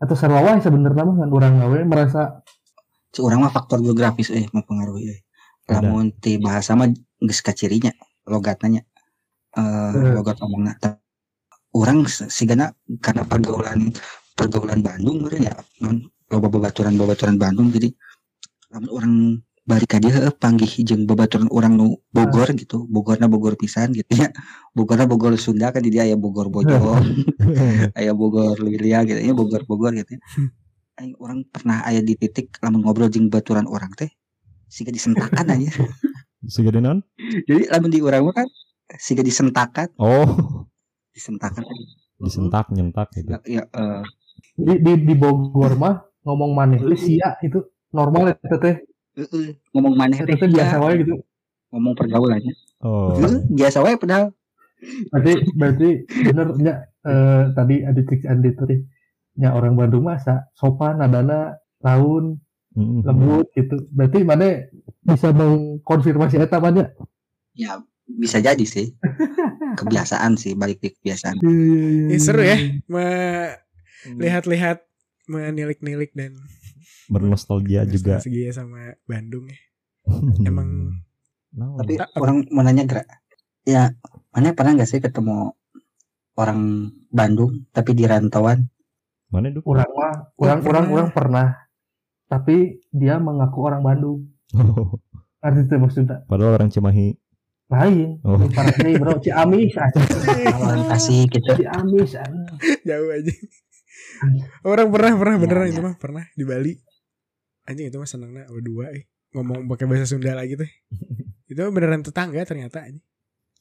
[SPEAKER 3] atau sarua wae sebenarnya mah kan orang gawe merasa
[SPEAKER 1] Si orang mah faktor geografis eh mempengaruhi eh.
[SPEAKER 4] Ada.
[SPEAKER 1] Lamun ti bahasa mah geus kacirinya logatnya. Eh
[SPEAKER 3] Hmm.
[SPEAKER 1] logat ngomongna. Ta- Orang se- sigana karena pergaulan pergaulan Bandung meureun ya. non- Loba babaturan-babaturan Bandung jadi lamun orang bari ka dieu heuh, panggih jeung babaturan orang nu Bogor gitu. Bogorna Bogor pisan gitu ya. Bogorna Bogor Sunda kan jadi aya Bogor Bojo. (laughs) ayah Bogor Lilia gitu ya Bogor Bogor gitu ya. Aing orang pernah ayah di titik lamun ngobrol jeung baturan orang teh siga disentakan aja
[SPEAKER 4] Siga denan?
[SPEAKER 1] jadi lamun di orang mah kan siga disentakan
[SPEAKER 4] Oh,
[SPEAKER 1] disentakan kan,
[SPEAKER 4] disentak nyentak gitu.
[SPEAKER 1] ya, ya eh,
[SPEAKER 3] di di, di Bogor mah ngomong maneh teh sia itu normal eta teh
[SPEAKER 1] eh, eh, ngomong maneh
[SPEAKER 3] eta teh biasa wae gitu
[SPEAKER 1] ngomong pergaulannya
[SPEAKER 4] Oh.
[SPEAKER 1] Eh, biasa wae padahal
[SPEAKER 3] berarti berarti bener ya eh, tadi ada cik Andi tadi ya orang Bandung masa sopan adana laun
[SPEAKER 4] Mm-mm.
[SPEAKER 3] lembut gitu berarti mana bisa mengkonfirmasi eta mana
[SPEAKER 1] ya bisa jadi
[SPEAKER 3] (laughs)
[SPEAKER 1] sih kebiasaan sih balik di
[SPEAKER 3] Iya,
[SPEAKER 1] kebiasaan
[SPEAKER 5] Eh, seru ya. Melihat-lihat, menilik-nilik dan Iya,
[SPEAKER 4] Bernostalgia Ya juga.
[SPEAKER 5] Segi sama Bandung ya. Emang-
[SPEAKER 4] (laughs) Naon?
[SPEAKER 1] tapi
[SPEAKER 5] Tak-
[SPEAKER 1] orang mau nanya gerak ya mana pernah nggak sih ketemu orang Bandung tapi di rantauan
[SPEAKER 4] mana duk?
[SPEAKER 3] orang mah orang orang orang pernah tapi dia mengaku orang Bandung arti itu maksudnya
[SPEAKER 4] (laughs) Padahal orang Cimahi.
[SPEAKER 3] lain
[SPEAKER 4] Oh.
[SPEAKER 3] parahnya bro Ciamis anjing.
[SPEAKER 1] orang Tasik gitu
[SPEAKER 3] Ciamis anjing.
[SPEAKER 5] (laughs) jauh aja orang pernah pernah
[SPEAKER 1] Iya,
[SPEAKER 5] beneran
[SPEAKER 1] iya.
[SPEAKER 5] itu mah pernah di Bali anjing itu mah senengnya berdua eh ngomong pakai bahasa Sunda lagi
[SPEAKER 7] (laughs)
[SPEAKER 5] teh itu mah beneran tetangga ternyata anjing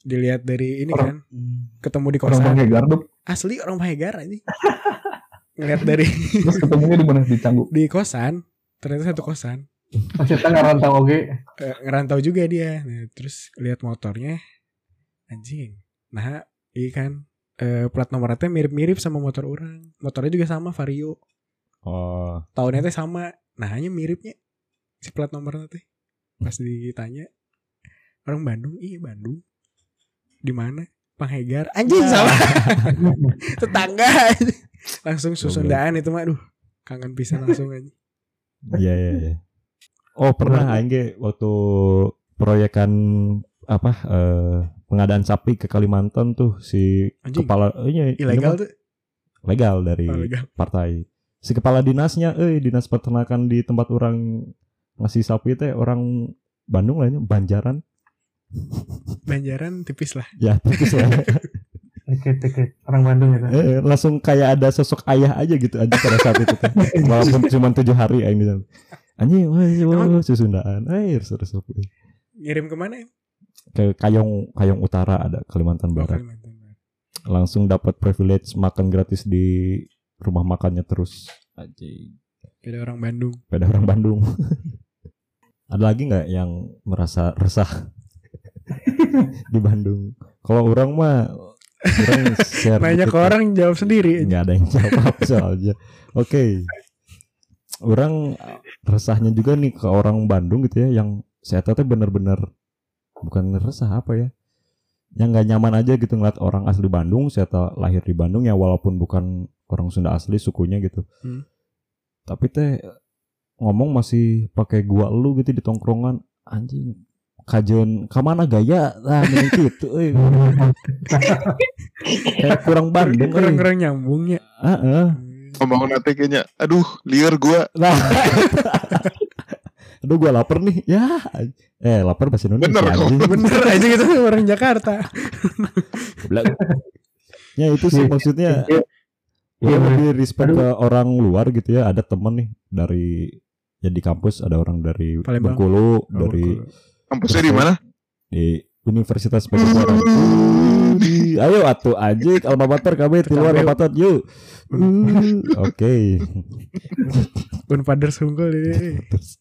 [SPEAKER 5] dilihat dari ini kan
[SPEAKER 7] Orang- Hmm.
[SPEAKER 5] ketemu di
[SPEAKER 7] Orang
[SPEAKER 5] kosan
[SPEAKER 7] pakai gardup
[SPEAKER 5] asli orang Pahegar
[SPEAKER 7] (laughs)
[SPEAKER 5] anjing ngeliat dari
[SPEAKER 7] terus ketemunya di mana di Canggu.
[SPEAKER 5] di kosan ternyata satu kosan
[SPEAKER 3] masih tengah rantau oge
[SPEAKER 5] Eh, ngerantau juga dia nah, terus lihat motornya anjing nah iya kan Eh, plat nomornya teh mirip-mirip sama motor orang motornya juga sama vario
[SPEAKER 4] Oh.
[SPEAKER 5] tahunnya teh sama nah hanya miripnya si plat nomornya teh pas ditanya orang Bandung iya Bandung di mana Panghegar Nah. anjing salah tetangga (laughs) langsung susundaan itu mah aduh kangen (laughs) pisan langsung aja
[SPEAKER 4] Iya iya iya. Oh pernah
[SPEAKER 5] Nah,
[SPEAKER 4] aing ge waktu proyekan apa eh, pengadaan sapi ke Kalimantan tuh si
[SPEAKER 5] Anjing.
[SPEAKER 4] kepala eh, iya, ini mah
[SPEAKER 5] ilegal tuh
[SPEAKER 4] legal dari
[SPEAKER 5] Oh, legal.
[SPEAKER 4] partai. Si kepala dinasnya eh dinas peternakan di tempat orang ngasih sapi teh orang Bandung lainnya Banjaran
[SPEAKER 5] Banjaran tipis lah
[SPEAKER 4] ya (laughs) tipis lah
[SPEAKER 3] Deket deket orang Bandung ya. Kan?
[SPEAKER 4] eh, langsung kayak ada sosok ayah aja gitu aja pada saat itu
[SPEAKER 5] (laughs)
[SPEAKER 4] teh. walaupun cuma tujuh hari aing di sana anjing wah, wah, wah, susundaan air seru-seru
[SPEAKER 5] ngirim kemana ya
[SPEAKER 4] ke Kayong Kayong Utara ada Kalimantan
[SPEAKER 5] Oh,
[SPEAKER 4] Barat.
[SPEAKER 5] Kalimantan Barat.
[SPEAKER 4] Langsung dapat privilege makan gratis di rumah makannya terus. Anjing.
[SPEAKER 5] ada orang Bandung
[SPEAKER 4] Pada orang Bandung. (laughs) ada lagi nggak yang merasa resah (laughs) di Bandung? Kalau orang mah (laughs) orang share
[SPEAKER 5] banyak
[SPEAKER 4] dikit lah.
[SPEAKER 5] orang jawab sendiri
[SPEAKER 4] (laughs) nggak ada yang jawab soalnya. Oke. Orang eh, resahnya juga nih ke orang Bandung gitu ya yang saya tahu tuh bener-bener bukan resah apa ya yang nggak nyaman aja gitu ngeliat orang asli Bandung saya tahu lahir di Bandung ya walaupun bukan orang Sunda asli sukunya gitu
[SPEAKER 5] Hmm.
[SPEAKER 4] tapi teh ngomong masih pakai gua lu gitu di tongkrongan anjing kajen kamana gaya nah gitu euy. kayak kurang Bandung euy.
[SPEAKER 5] kurang-kurang nyambungnya (laughs)
[SPEAKER 4] Heeh.
[SPEAKER 6] Ngomong nanti kayaknya, aduh liar gua.
[SPEAKER 4] Nah. Aduh gue lapar nih. Ya. Eh lapar bahasa Indonesia.
[SPEAKER 6] Bener kok.
[SPEAKER 4] anjing.
[SPEAKER 5] bener aja gitu orang Jakarta
[SPEAKER 4] Goblok. ya itu sih maksudnya.
[SPEAKER 3] Iya.
[SPEAKER 4] Iya
[SPEAKER 3] Iya,
[SPEAKER 4] lebih respect ke orang luar gitu ya. Ada temen nih dari ya di kampus ada orang dari
[SPEAKER 5] Palembang.
[SPEAKER 4] Bengkulu,
[SPEAKER 5] Oh,
[SPEAKER 4] dari
[SPEAKER 5] cool.
[SPEAKER 6] Kampusnya di mana?
[SPEAKER 4] di Universitas Pajajaran.
[SPEAKER 6] Hmm.
[SPEAKER 4] Ih, Ayo atuh anjing alma mater kami di luar alma mater yuk. Uh, Oke.
[SPEAKER 5] Unfather sungkul ini
[SPEAKER 4] Terus,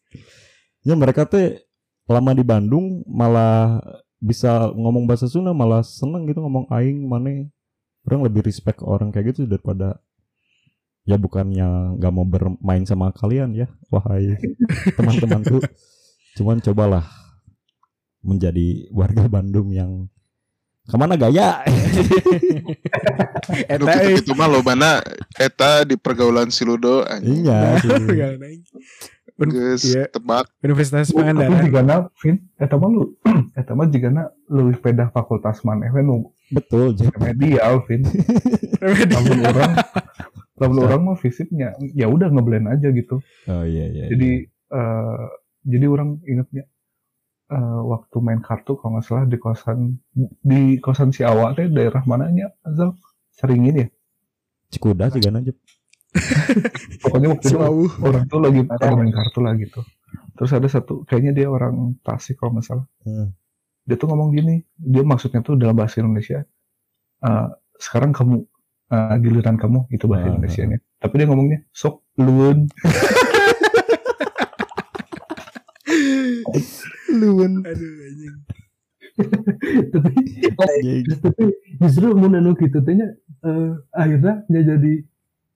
[SPEAKER 4] ya mereka teh lama di Bandung malah bisa ngomong bahasa Sunda malah seneng gitu ngomong aing mana orang lebih respect ke orang kayak gitu daripada ya bukannya nggak mau bermain sama kalian ya wahai teman-temanku cuman cobalah menjadi warga Bandung yang kemana gaya
[SPEAKER 6] Aduh
[SPEAKER 5] Eta eh.
[SPEAKER 6] gitu, gitu mah lobana Eta di pergaulan Siludo anjing.
[SPEAKER 4] iya sih.
[SPEAKER 5] (laughs) Gak naik. Un-
[SPEAKER 6] Geus
[SPEAKER 4] ya.
[SPEAKER 5] iya,
[SPEAKER 6] tebak
[SPEAKER 5] Universitas
[SPEAKER 7] Tapi
[SPEAKER 5] (laughs) Pangandaran
[SPEAKER 7] jika na, Vin, eta mah lu, (clears throat) eta mah jika na lu peda fakultas mana, Vin, nu
[SPEAKER 4] betul Jep.
[SPEAKER 7] remedial, Vin. Lamun
[SPEAKER 4] (laughs)
[SPEAKER 7] orang, lamun orang mah fisiknya, ya udah ngeblend aja gitu.
[SPEAKER 4] oh iya iya
[SPEAKER 7] Jadi, eh, jadi orang ingetnya eh, waktu main kartu kalau nggak salah di kosan di kosan si Awa teh daerah mananya Azal sering ini ya
[SPEAKER 4] cikuda juga aja
[SPEAKER 7] pokoknya waktu itu
[SPEAKER 5] Cimawu
[SPEAKER 7] orang tuh lagi pada main kartu lah gitu terus ada satu kayaknya dia orang Tasik kalau nggak salah
[SPEAKER 4] Hmm.
[SPEAKER 7] dia tuh ngomong gini dia maksudnya tuh dalam bahasa Indonesia eh, sekarang kamu eh, giliran kamu itu bahasa
[SPEAKER 4] Ah.
[SPEAKER 7] Indonesia nya tapi dia ngomongnya sok luun
[SPEAKER 4] luwen
[SPEAKER 5] Aduh anjing
[SPEAKER 4] Iya.
[SPEAKER 3] Tapi justru mau nanu gitu tanya eh, akhirnya dia jadi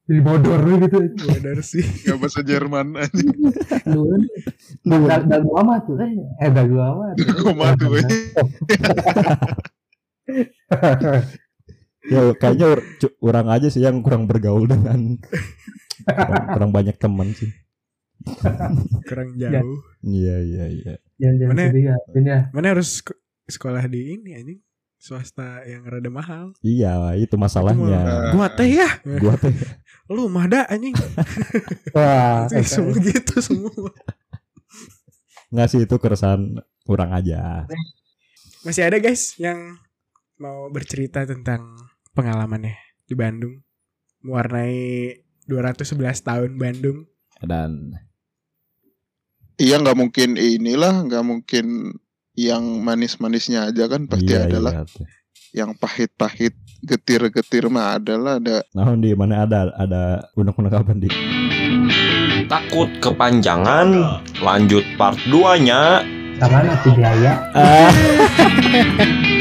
[SPEAKER 3] jadi bodor gitu.
[SPEAKER 5] Wadar sih
[SPEAKER 6] Gak bahasa
[SPEAKER 4] (laughs)
[SPEAKER 6] Jerman anjing.
[SPEAKER 3] Lu kan dagu amat tuh eh eh dagu amat.
[SPEAKER 6] Koma tuh. eh.
[SPEAKER 4] ya kayaknya or- cu- orang aja sih yang kurang bergaul dengan kurang, kurang banyak teman sih
[SPEAKER 5] Kurang jauh
[SPEAKER 4] iya iya iya
[SPEAKER 3] Jangan jangan
[SPEAKER 5] Mana?
[SPEAKER 3] sedih ya. Vin, ya.
[SPEAKER 5] Mana harus sek- sekolah di ini anjing Swasta yang rada mahal
[SPEAKER 4] iya itu masalahnya
[SPEAKER 6] Itu
[SPEAKER 5] Gua teh ya
[SPEAKER 4] gua teh
[SPEAKER 5] Lu mah dah anjing (laughs)
[SPEAKER 3] Wah,
[SPEAKER 5] Itu Semua gitu semua
[SPEAKER 4] nggak sih itu keresahan kurang aja
[SPEAKER 5] Masih ada guys yang Mau bercerita tentang pengalamannya Di Bandung Mewarnai 211 tahun Bandung
[SPEAKER 4] dan
[SPEAKER 6] Iya nggak mungkin inilah, nggak mungkin yang manis-manisnya aja kan pasti
[SPEAKER 4] iya,
[SPEAKER 6] adalah
[SPEAKER 4] iya, teh.
[SPEAKER 6] yang pahit-pahit getir-getir mah adalah ada
[SPEAKER 4] nah di mana ada ada unek-unek apa di
[SPEAKER 8] Takut kepanjangan, lanjut part 2-nya.
[SPEAKER 3] sama nanti biaya.
[SPEAKER 4] ah